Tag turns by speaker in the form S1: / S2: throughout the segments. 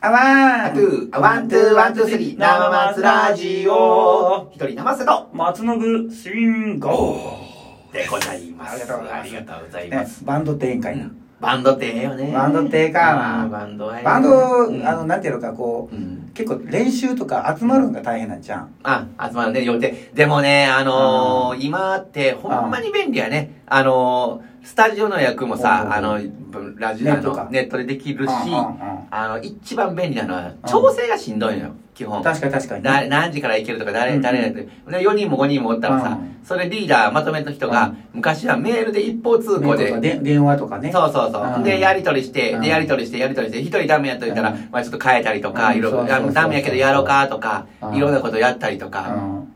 S1: あわ
S2: ワン、トゥー、あワン、トゥー、ワン、トゥー、スリー、生松ラジオ。一人生瀬と、
S1: 松信スインゴ
S2: でございます。
S1: ありがとうございます
S2: ありがとうござい
S1: ー、ね
S2: ます。、
S1: バンドって宴会な。
S2: バンドってええよね。
S1: バンドってええか
S2: うんバンドはええ
S1: バンド、
S2: うん
S1: あの、なんていうのか、こ
S2: うん
S1: う、結構練習とか集まるのが大変なんじゃん。
S2: あ、集まるね、予定。でもね、あのー、今って、ほんまに便利やね。あのー、スタジオの予約も
S1: う
S2: さ、
S1: ん
S2: あの、ラジ
S1: ネ
S2: オ、あ
S1: ットか
S2: の、ネットでできるし、
S1: うんうんうん
S2: あの、一番便利なのは、調整がしんどいのよ、基本。
S1: 確かに確かに。
S2: だ何時から行けるとか誰、
S1: うん
S2: 誰やって、4人も5人もおったらさ、
S1: う
S2: それリーダーまとめた人
S1: う
S2: が、昔はメールで一方通行で、
S1: ねで電話とかね。
S2: そうそうそう。
S1: うん
S2: で、やりとりして、
S1: うん
S2: で、やりとりして、やりとりして、一人ダメやっといたら、
S1: うん
S2: まあちょっと変えたりとか、
S1: うん
S2: いろい
S1: そうそうそうそう
S2: ろ、ダメやけどやろうかとか
S1: う、ん
S2: いろんなことやったりと
S1: う
S2: か、
S1: ん。
S2: うん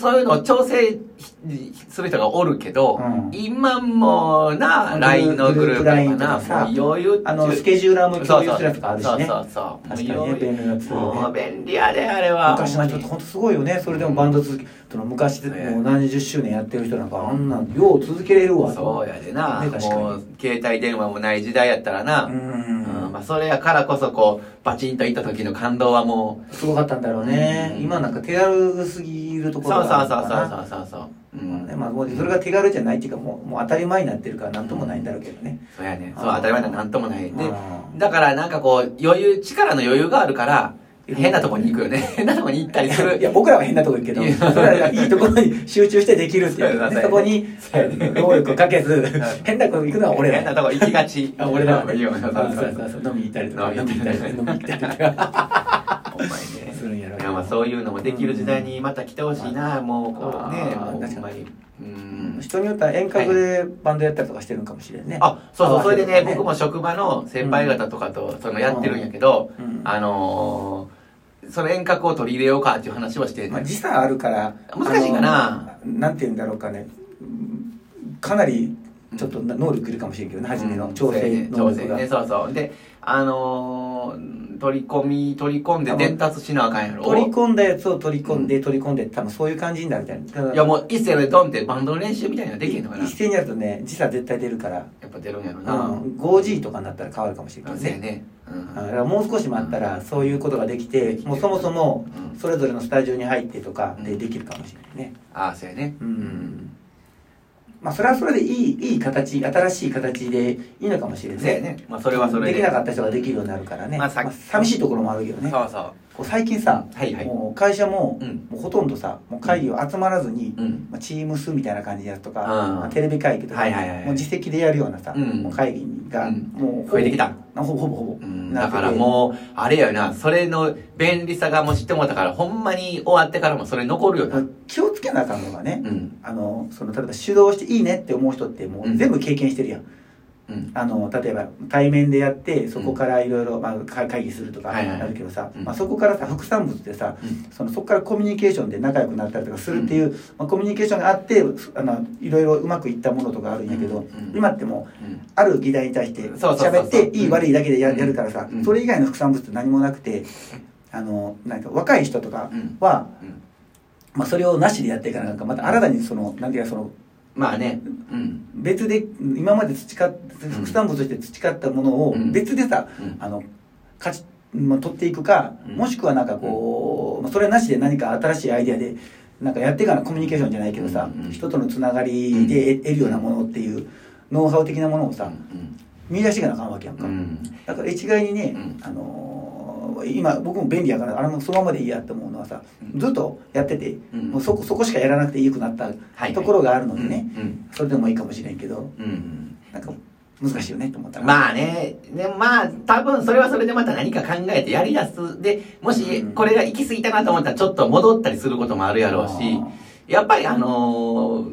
S2: そういうのを調整ひする人がおるけど、
S1: うん
S2: 今もな、LINE のグル
S1: グル
S2: ープ
S1: ープ LINE
S2: と
S1: と
S2: か
S1: かさ
S2: な、もう余裕って
S1: あの、スケジューラーも共有するやつとかあるしね。
S2: そうそうそ
S1: 確
S2: う。
S1: かにね、
S2: もう
S1: 便利なツール
S2: もう
S1: ね。
S2: 便利やで、あれは。
S1: 昔の人ってほんとすごいよね。それでもバンド続き、その昔でもう何十周年やってる人なんか、あんなんよう続けれるわ。
S2: そうやでな、
S1: ね確かに
S2: もう携帯電話もない時代やったらな、
S1: う
S2: うん
S1: ん
S2: ま。あ、それやからこそこうバチンといった時の感動はも
S1: すごかったんだろうね。
S2: うん
S1: 今なんか手軽すぎると
S2: う
S1: こ
S2: そう
S1: ろ
S2: そう
S1: があ
S2: そう
S1: るのかな。
S2: そうそうそうそう、うん
S1: ねまあ、もうそれが手軽じゃないっていうかもうもう当たり前になってるからなんともないんだろうけどね、
S2: そうやね
S1: あー
S2: そう当たり前なんなんともないで
S1: あー
S2: だからなんかこう余裕力の余裕があるから
S1: うん
S2: 変なとこに行くよね変なとこに行ったりす
S1: い
S2: る
S1: や僕らは変なとこ行くけど
S2: いや
S1: それはいいところに集中してできるっていう
S2: そうや
S1: ね
S2: な
S1: そこに
S2: そうやね
S1: 労力をかけず変なとこ行くのは俺
S2: 変な
S1: ら
S2: とこ行きがち
S1: あ俺らはい
S2: いよそうそうそ
S1: そう
S2: う
S1: そうそう飲みに行ったりとか
S2: 飲
S1: 飲
S2: み
S1: み
S2: に
S1: に
S2: 行
S1: 行った
S2: っ
S1: た
S2: り
S1: り飲みに行ったりとか
S2: ほんまにね
S1: するんやろ
S2: いやまあそういうのもできる時代にまた来てほしいな、もうこうね
S1: あー
S2: もうほ
S1: 確
S2: ん
S1: か
S2: まに
S1: に
S2: うん
S1: 人によっては遠隔でバンドやったりとかしてるんかもしれんね
S2: あそうそうそれでね僕
S1: も
S2: も職場の先輩方とかとそのやってるんやけど、
S1: うん
S2: あのー、その遠隔を取り入れようかっていう話をしてんねん
S1: まあ、時差あるから
S2: 難しいかな
S1: あのなんて言うんだろうかねかなりちょっとな能力いるかもしれんけどね初めの調整能
S2: 調
S1: 力
S2: 整
S1: が、
S2: ねそうそうであのー、取り込み取り込んで
S1: あ
S2: 伝達しなあかんやろ
S1: 取り込んだやつを取り込んで取り込んで多分そういう感じになるみたいない
S2: やもう一斉でドンってバンドの練習みたいなのできへんのかな
S1: 一斉にやるとね時差絶対出るから、
S2: やっぱ出るんやろ
S1: うん、
S2: な、
S1: 5G とかになったら変わるかもしれない
S2: そうや
S1: ね
S2: ね、う
S1: うん
S2: ん
S1: だからもう少し待ったらそういうことができてもうそもそも
S2: うん
S1: それぞれのスタジオに入ってとか
S2: う
S1: で
S2: ん
S1: できるかもしれないね、
S2: ああそうやね
S1: うんまあそれはそれでいいいい形新しい形でいいのかもしれない
S2: そうやねまあそれはそれで
S1: できなかった人ができるようになるからね、ま
S2: まあ
S1: あ
S2: さ
S1: 寂しいところもあるけどね
S2: そうそ
S1: こう最近さ、
S2: はいはい
S1: もう会社も,、
S2: うん
S1: もうほとんどさもう会議を集まらずに、
S2: ううん
S1: まあ、チーム数みたいな感じやつとか、
S2: うん
S1: まあテレビ会議とか、
S2: はいはいはい
S1: もう自席でやるようなさ、
S2: うん
S1: もう会議が、
S2: うん
S1: もう
S2: 増えてきた
S1: ほぼほぼほぼ、
S2: うん
S1: な
S2: だ
S1: って
S2: か
S1: て
S2: らもう、あれやよな、それの便利さがもう知ってもらったから、ほんまに終わってからもそれ残るよな。う
S1: 気をつけなあかんのがね、
S2: ん。
S1: あのその例えば主導していいねって思う人っても
S2: うん
S1: う全部経験してるやん、
S2: うん。
S1: あの例えば対面でやってそこからいろいろまあか会議するとか
S2: はいはい
S1: あるけどさ、
S2: うん
S1: まあ、そこからさ副産物ってさ、
S2: うん
S1: そのそこからコミュニケーションで仲良くなったりとかするっていう、まあ、コミュニケーションがあってすあのいろいろうまくいったものとかあるんやけど、
S2: うんうん
S1: 今ってもう
S2: うん
S1: ある議題に対して
S2: そうそうそうそう
S1: 喋っていい悪いだけでや,、
S2: うん
S1: やるからさ、
S2: うん
S1: それ以外の副産物って何もなくてあのなんか若い人とか
S2: うん。
S1: は、
S2: うん
S1: まあ、それをなしでやっていかなきゃまた新たにそのなんていうかその
S2: まあね。うん。
S1: 別で今まで培っ副産物として培ったものを
S2: うん
S1: 別でさ、
S2: うん
S1: あの勝ち、まあ、取っていくか、
S2: うん
S1: もしくはなんかこう、まあそれなしで何か新しいアイデアでなんかやってからコミュニケーションじゃないけどさ、
S2: うんうん
S1: 人とのつながりで得得るようなものっていうノウハウ的なものを
S2: う
S1: さ、
S2: ん。
S1: 見出していかなあかんわけやん
S2: う
S1: か、
S2: ん。
S1: だから一概にね、
S2: うん
S1: あのー今僕も便利やからあれもそのままでいいやって思うのはさずっとやってて、
S2: うん
S1: もうそこそこしかやらなくていいくなった
S2: はい
S1: ところがある
S2: う
S1: のでね、
S2: ん。
S1: それでもいいかもしれんけど
S2: うんうん。
S1: なんか難しいよねと思ったら
S2: まあね、でまあ、多分それはそれでまた何か考えてやり出す。で、もし
S1: うん
S2: これが行き過ぎたなと思ったら、ちょっと戻ったりすることもあるやろうし、やっぱりあのー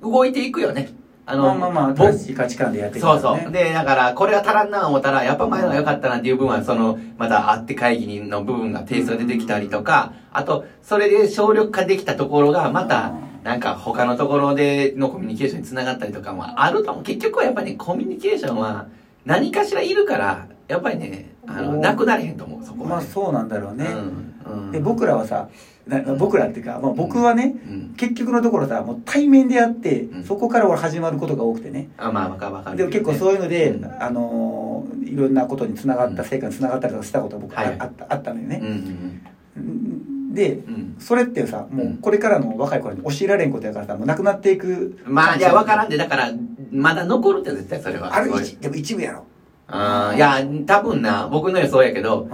S2: 動いていくよね。あ
S1: まあ
S2: の、
S1: まあまあ
S2: ぼ
S1: 新しい価値観でやっていくか
S2: そ
S1: ら
S2: う
S1: ね
S2: そう。で、だから、これが足らんな思ったら、やっぱ前のが良かったなっていう部分は、その、また会って会議の部分が提出が出てきたりとか、あと、それで省力化できたところが、また
S1: うん、
S2: なんか他のところでのコミュニケーションにつながったりとかもあると思う。結局はやっぱり、ね、コミュニケーションは何かしらいるから、やっぱりね、あの、
S1: うん
S2: なくなれへんと思う、そこ
S1: ま
S2: は、
S1: あ
S2: ね。
S1: そうなんだろうね、
S2: うん。うん。
S1: で僕らはさな僕らっていうか、まあ、僕はね、
S2: うん。
S1: 結局のところさもう対面でやって、
S2: うん
S1: そこから俺始まることが多くてね
S2: あ、まあ、わかるわかる、
S1: でも結構そういうので、
S2: うん
S1: あのーいろんなことにつながった成果につながったりとかしたことは僕は
S2: はい
S1: あったあったのよ
S2: うん
S1: ね。
S2: うん
S1: で
S2: うん
S1: それってさもうこれからの若い子らに教えられんことやからさもうなくなっていく
S2: まあいや分からんでだからまだ残るって絶対それは
S1: ある
S2: すごい
S1: 一でも一部やろ。
S2: あーいや多分な僕の予想やけど
S1: うん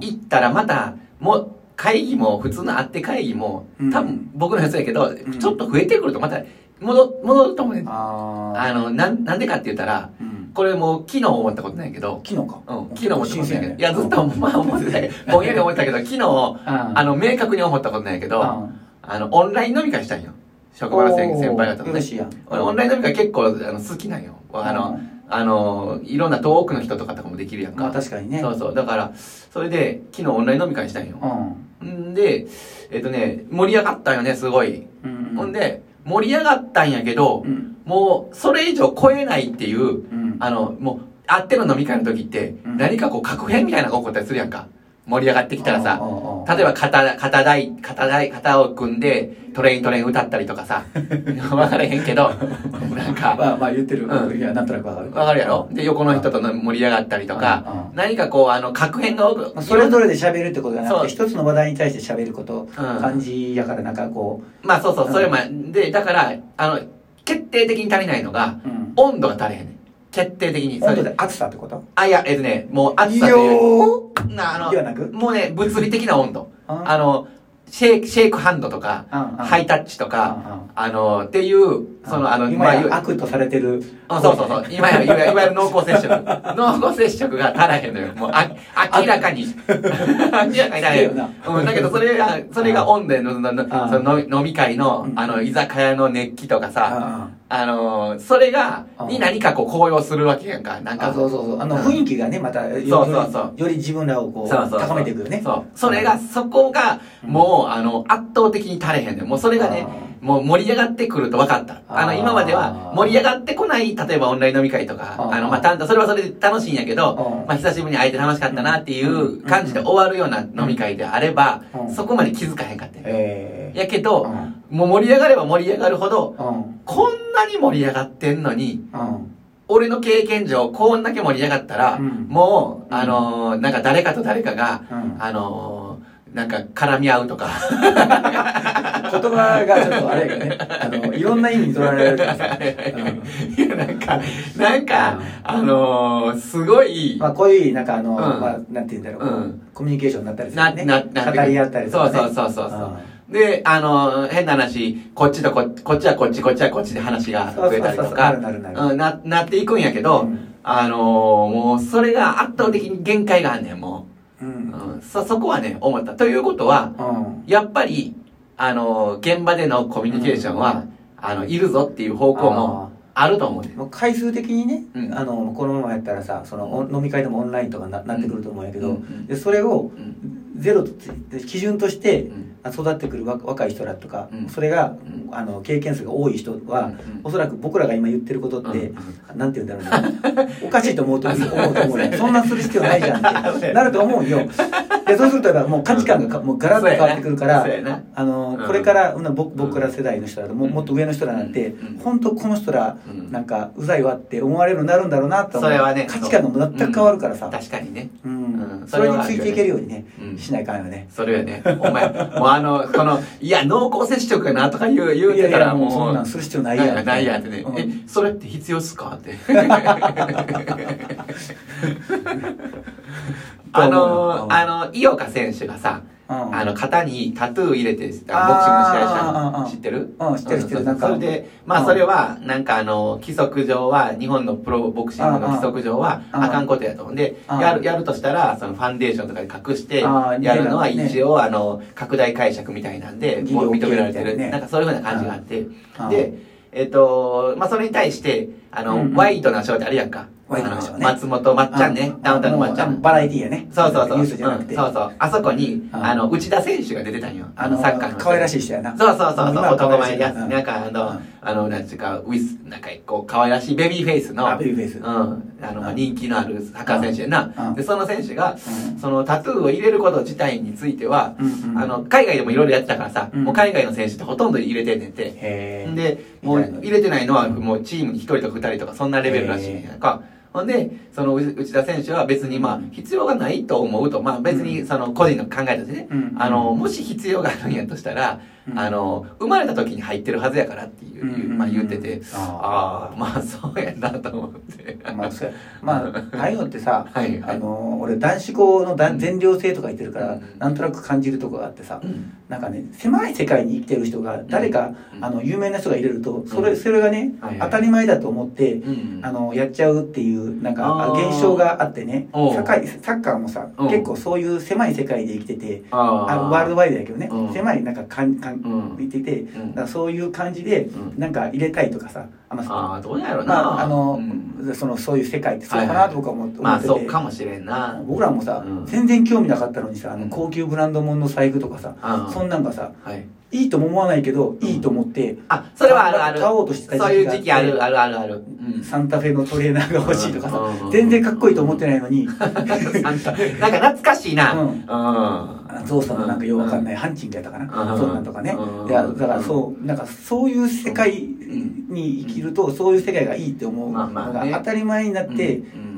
S2: 行ったらまたもう会議も普通のあって会議も
S1: うん
S2: 多分僕の予想やけど、
S1: ん
S2: ちょっと増えてくるとまた戻戻ると思うね
S1: あー
S2: あのなんなんでかって言ったら
S1: うん
S2: これもう昨日思ったことないけど、
S1: 昨日か。
S2: うん、昨日思ったことないけど、
S1: ね
S2: いやずっとまあ思ってたけどぼんやり思ってたけど昨日あ
S1: あ
S2: の明確に思ったことないけど、あの、オンライン飲み会したんよ。職場の先先輩方とね
S1: 嬉。しいやん。
S2: 俺、オンライン飲み会結構あの好きなんよ。あの、あの、いろんな遠くの人とかとかもできるやんか。
S1: まあ確かにね。
S2: そうそう。だから、それで、昨日オンライン飲み会したんよ。んで、えっとね、盛り上がったんよね、すごい。
S1: うん。
S2: ほん、で、盛り上がったんやけど、
S1: うん、
S2: もう、それ以上超えないっていう、
S1: うん。
S2: あの、もう、あっての飲み会の時って、
S1: うん
S2: 何かこう、確変みたいなのが起こったりするやんか。盛り上がってきたらさ、
S1: あ
S2: 例えば肩、肩台、肩台、肩を組んで、トレイントレイン歌ったりと かさ、わからへんけど、なん
S1: ああああ
S2: か、
S1: まあまあ言ってる。
S2: うん
S1: いや、なんとなくわかる。
S2: わかるやろで、横の人との盛り上がったりとか、
S1: うんうん
S2: 何かこう、あの、格変が多く、
S1: まあそれぞれで喋るってことじゃなくて、
S2: そ
S1: 一つの話題に対して喋ること、
S2: うん
S1: 感じやからなんかこ
S2: まあそうそうう、
S1: ん
S2: それも、で、だから、あの、決定的に足りないのが、
S1: う、うん、
S2: 温度が足りへんねん。決定的に。そ
S1: 温度
S2: れ
S1: で暑さってこと
S2: あ、いや、えっとね、もう暑さと
S1: よ
S2: いう、
S1: ー
S2: なあ
S1: では
S2: の、
S1: なく
S2: もうね、物理的な温度。あ
S1: あ
S2: の、シェイク、シェイクハンドとか、ハイタッチとか、あの、っていう、その、あの、
S1: 今
S2: まあ
S1: や悪とされてる
S2: あそうそうそう。今や、いわいわゆる濃厚接 触。濃厚接触が足らへんのよ。もう、あ、明らかに。
S1: そう
S2: 明らかになれる
S1: やな。
S2: うん、だけど、それが、それがオンでの、のの
S1: あ
S2: その飲み飲み会の
S1: う、ん
S2: あの、居酒屋の熱気とかさ、
S1: あ
S2: あの、それが、
S1: あ
S2: に何かこう、高揚するわけやんか。なんか、
S1: あそうそうそうあの
S2: うん
S1: 雰囲気がねまたより
S2: そうそうそう
S1: より自分らをこう
S2: そうそうそう
S1: 高めていくよね
S2: そう。それが、そこが、もう、あの、圧倒的に足れへんねん。もう、それがね、もう盛り上がってくると分かった。あの、
S1: あー
S2: 今までは盛り上がってこない、例えばオンライン飲み会とか、
S1: あー
S2: あの、まあ、たんそれはそれで楽しいんやけど、
S1: うん
S2: まあ、久しぶりに会えて楽しかったなっていう感じで終わるような飲み会であれば、
S1: うん
S2: そこまで気づかへんかったよ
S1: ええ
S2: やけ
S1: う
S2: ど、
S1: ん
S2: もう盛り上がれば盛り上がるほど、
S1: うん
S2: こんなに盛り上がってんのに、
S1: うん
S2: 俺の経験上、こんだけ盛り上がったら、
S1: うん
S2: も
S1: う
S2: う、
S1: ん
S2: あのーなんか誰かと誰かが、
S1: うん
S2: あのーなんか絡み合うとか、
S1: 言葉がちょっとあれやけどねあのいろんな意味に取られる からさうん
S2: いやなんか、なんか、あのー、すごい、
S1: まあこういうなんかあの
S2: ん
S1: まあなんて言うんだろ
S2: う
S1: うんコミュニケーションになったりす
S2: な、
S1: る
S2: な、
S1: ね
S2: な
S1: 語り合ったりと
S2: そ
S1: か
S2: う
S1: ね
S2: そうそうそうそう。で、あのー、変な話、こっちとこ、こっちはこっち、こっちはこっちで話が
S1: そう
S2: 増
S1: そ
S2: え
S1: うそ
S2: た
S1: う
S2: り
S1: そ
S2: と
S1: うな
S2: か
S1: る、なるなる
S2: うん、な、なっていくんやけど、
S1: うん
S2: あのー、もう、それが圧倒的に限界があんねん、
S1: う
S2: もう。
S1: ん
S2: うん、そ、そこはね、思った。ということは、
S1: うん
S2: やっぱり、あのー、現場でのコミュニケーションは、あの、いるぞっていう方向もあると思うね。
S1: もう回数的にね、
S2: うん
S1: あのこのままやったらさそのお飲み会でもオンラインとかななってくると思うんやけど、
S2: うん
S1: でそれを
S2: うん
S1: ゼロとつで基準とし
S2: う
S1: て
S2: ん
S1: あ育ってくる若若い人らとか、
S2: うん
S1: それが、
S2: ん
S1: あの経験数が多い人は、
S2: うん
S1: おそらく僕らが今言ってることって、
S2: うん
S1: なんて言うんだろうなおかしいと思うと 思うと思うよそんなする必要ないじゃんってなると思うよでそうするとやっぱもう価値観がかもうガラッと変わってくるから
S2: そうやな
S1: あの、
S2: うん
S1: これからうん僕僕ら世代の人らとも
S2: うん
S1: もっと上の人らなんて、
S2: うん
S1: 本当この人ら
S2: うん
S1: なんかうざいわって思われるようになるんだろうなと思う
S2: それはね
S1: 価値観が全く変わるからさ、
S2: 確かにね。
S1: うん
S2: うん
S1: それについていけるようにね、
S2: うん
S1: しないかんよね
S2: それよね。お前、もうあの、この、いや、濃厚接触やなとか言う、言うてた
S1: いやい
S2: ら
S1: や
S2: もう、
S1: そんなんする必要な
S2: ないいや
S1: や
S2: ん
S1: ん
S2: ないやんってね、
S1: うん
S2: え、それって必要っす かって。あ
S1: う
S2: の、
S1: ん
S2: あの、井岡選手がさ、
S1: うん
S2: あの、肩にタトゥー入れて、ボクシングの試
S1: あー
S2: 合した
S1: うんうん
S2: の知ってる
S1: うん知ってる知ってる
S2: うん
S1: な
S2: そうん
S1: か
S2: それで、ま
S1: う
S2: あ
S1: ん
S2: それは、なんかあの、規則上は、日本のプロボクシングの規則上は、
S1: うんうん
S2: あかんことやと。で、
S1: うん
S2: やる、やるとしたら、そのファンデーションとかで隠して、
S1: あー
S2: やるのは
S1: 似てるね
S2: 一応、あの、拡大解釈みたいなんで、
S1: 技
S2: も
S1: 量
S2: う認められて
S1: 系みたい
S2: る。
S1: なね
S2: なんかそういうふうな感じがあって
S1: うん。
S2: で、えっと、まあそれに対して、あ
S1: うんうん
S2: の、ワイドなショーってあるやんか。
S1: ワイドなショーね
S2: あの松本まっちゃんね
S1: う。ん
S2: ダウンタウンのまっちゃ。
S1: もうんバラエティーやね
S2: そうそうそう。
S1: ニュースじゃなくて、
S2: うんそうそう。あそこに、
S1: うん
S2: あの、内田選手が出てたんよ。あの、サッカーの。
S1: 可愛らし
S2: い。
S1: い人やな
S2: そうそうそうそう、
S1: 今は可
S2: 男
S1: 愛らし
S2: 前
S1: い
S2: でやつ。なんか、あ
S1: う
S2: の
S1: ん、
S2: あの、なんていうか、ウィス、なんか、こう、可愛らしいベビーフェイスの、
S1: あベビーフェイス
S2: うん。あの、ま
S1: う
S2: あ
S1: ん
S2: 人気のあるサッカー選手や
S1: うん
S2: な。で、その選手が
S1: うん、
S2: そのタトゥーを入れること自体については
S1: うんう、ん
S2: あの、海外でもいろいろやってたからさ、
S1: うん
S2: もう海外の選手ってほとんど入れてんねんて。
S1: へえ
S2: で、もう入れてないのは、もうチームに1人とか2人とか、そんなレベルらしいんやんか。ほんで、そのう内田選手は別にまあ、必要がないと思うと、まあ別にその個人の考えとしてね、
S1: うん
S2: あの、もし必要があるんやとしたら、
S1: うん
S2: あの、生まれた時に入ってるはずやからっていう、
S1: うん
S2: まあ言ってて、
S1: あ
S2: ああ、まあそうやなと思って。
S1: まあ、そうやまあ、太陽ってさ、
S2: はいはい
S1: あの俺男子校のだ全寮制とか言ってるから、
S2: うん
S1: なんとなく感じるとこがあってさ、
S2: うん
S1: なんかね狭い世界に生きてる人が誰か、
S2: うん
S1: あの有名な人が入れるとそれ,、
S2: うん
S1: それがね、
S2: はいはい
S1: 当たり前だと思って、
S2: うん
S1: あのやっちゃうっていうなんか
S2: あー
S1: 現象があってね
S2: おう
S1: 社会サッカーもさ
S2: うん
S1: 結構そういう狭い世界で生きてて
S2: あ
S1: あのワールドワイドやけどね
S2: うん
S1: 狭いなんかかんかん
S2: うん
S1: 生きてて
S2: うん
S1: だからそういう感じで
S2: うん
S1: なんか入れたいとかさあんま
S2: ああ、どうなんやろうな。
S1: まああの
S2: うん
S1: そのそういう世界ってそうかなと僕は思思ってて。
S2: まあそうかもしれんな。
S1: 僕らもさ、
S2: うん
S1: 全然興味なかったのにさあ
S2: う
S1: の
S2: ん
S1: 高級ブランド物の財布とかさ、
S2: あ
S1: そんなんがさ
S2: はい。
S1: いいとも思わないけど、
S2: ん
S1: いいと思って
S2: あ、それはあるある。
S1: 買おうとしてた時期が
S2: そういう時期あるあるあるある。う
S1: サンタフェのトレーナーが欲しいとかさ、
S2: うんうん
S1: 全然かっこいいと思ってないのに、
S2: ん。なんか懐かしいな。
S1: うん
S2: ん。
S1: あのゾウさんのなんかようわかんないハンチングやったかな、
S2: うん
S1: そんなんとかね、
S2: うん
S1: いやだからそうなんかそういう世界に生きると、そういう世界がいいって思う
S2: まあ
S1: の
S2: まあね
S1: が当たり前になって、
S2: うん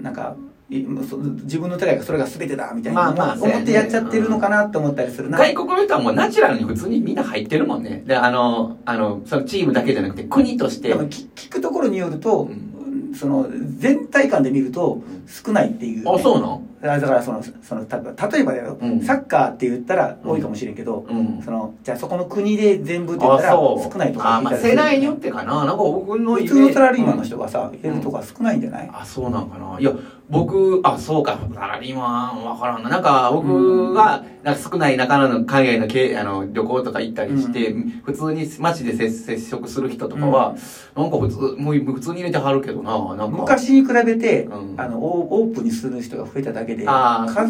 S1: なんかいそ自分の世界がそれが全てだみたいな、
S2: まあまあ
S1: 思ってやっちゃってるのかなって思ったりするな、
S2: 外国の人はもうナチュラルに普通にみんな入ってるもんね。で、あの、あの、そのチームだけじゃなくて国として。
S1: でもき聞くところによると、
S2: う
S1: その全体感で見ると少ないっていう、
S2: あ、そうなの
S1: あだからそのそのた例えばだよ、
S2: うん
S1: サッカーって言ったら多いかもしれんけど、
S2: うん
S1: そのじゃあそこの国で全部って言ったら少ないとか
S2: あ、
S1: 聞い
S2: ま
S1: た
S2: あ
S1: りする
S2: 世代によってかな。なんか僕の
S1: 普通のサラリーマンの人がさ、入れるとか少ないんじゃない、
S2: あ、そうなんかな。いや、僕、あ、そうか、サラリーマン、わからんな。なんか、僕が、なんか少ない中の海外のけあの旅行とか行ったりして、普通に街で接接触する人とかは、なんか普通、もう普通に入れてはるけどな、なんか。
S1: 昔に比べて、
S2: うん
S1: あのオーオープンにする人が増えただけで
S2: あー
S1: 数